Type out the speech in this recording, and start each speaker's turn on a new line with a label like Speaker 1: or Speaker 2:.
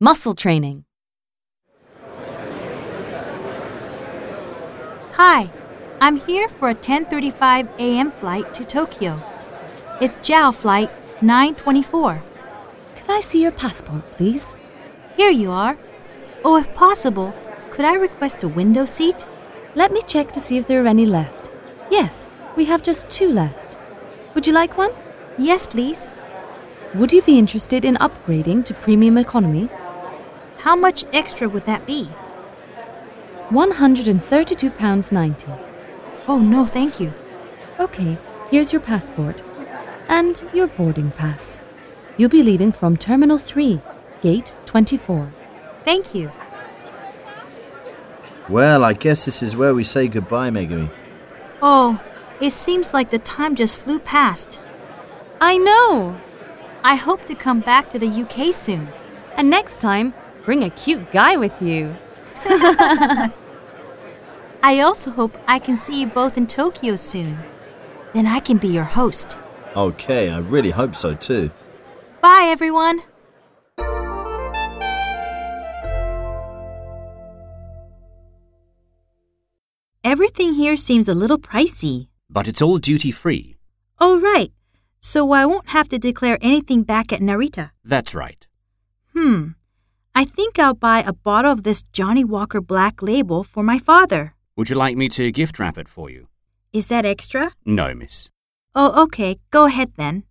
Speaker 1: Muscle training.
Speaker 2: Hi, I'm here for a 10:35 a.m. flight to Tokyo. It's JAL flight 924.
Speaker 1: Could I see your passport, please?
Speaker 2: Here you are. Oh, if possible, could I request a window seat?
Speaker 1: Let me check to see if there are any left. Yes, we have just two left. Would you like one?
Speaker 2: Yes, please.
Speaker 1: Would you be interested in upgrading to premium economy?
Speaker 2: How much extra would that be?
Speaker 1: £132.90.
Speaker 2: Oh, no, thank you.
Speaker 1: Okay, here's your passport and your boarding pass. You'll be leaving from Terminal 3, Gate 24.
Speaker 2: Thank you.
Speaker 3: Well, I guess this is where we say goodbye, Megumi.
Speaker 2: Oh, it seems like the time just flew past.
Speaker 1: I know!
Speaker 2: I hope to come back to the UK soon.
Speaker 1: And next time, bring a cute guy with you.
Speaker 2: I also hope I can see you both in Tokyo soon. Then I can be your host.
Speaker 3: Okay, I really hope so too.
Speaker 2: Bye, everyone. Everything here seems a little pricey.
Speaker 4: but it's all duty free.
Speaker 2: Oh, right. So I won't have to declare anything back at Narita.
Speaker 4: That's right.
Speaker 2: Hmm. I think I'll buy a bottle of this Johnny Walker Black label for my father.
Speaker 4: Would you like me to gift wrap it for you?
Speaker 2: Is that extra?
Speaker 4: No, miss.
Speaker 2: Oh, okay. Go ahead then.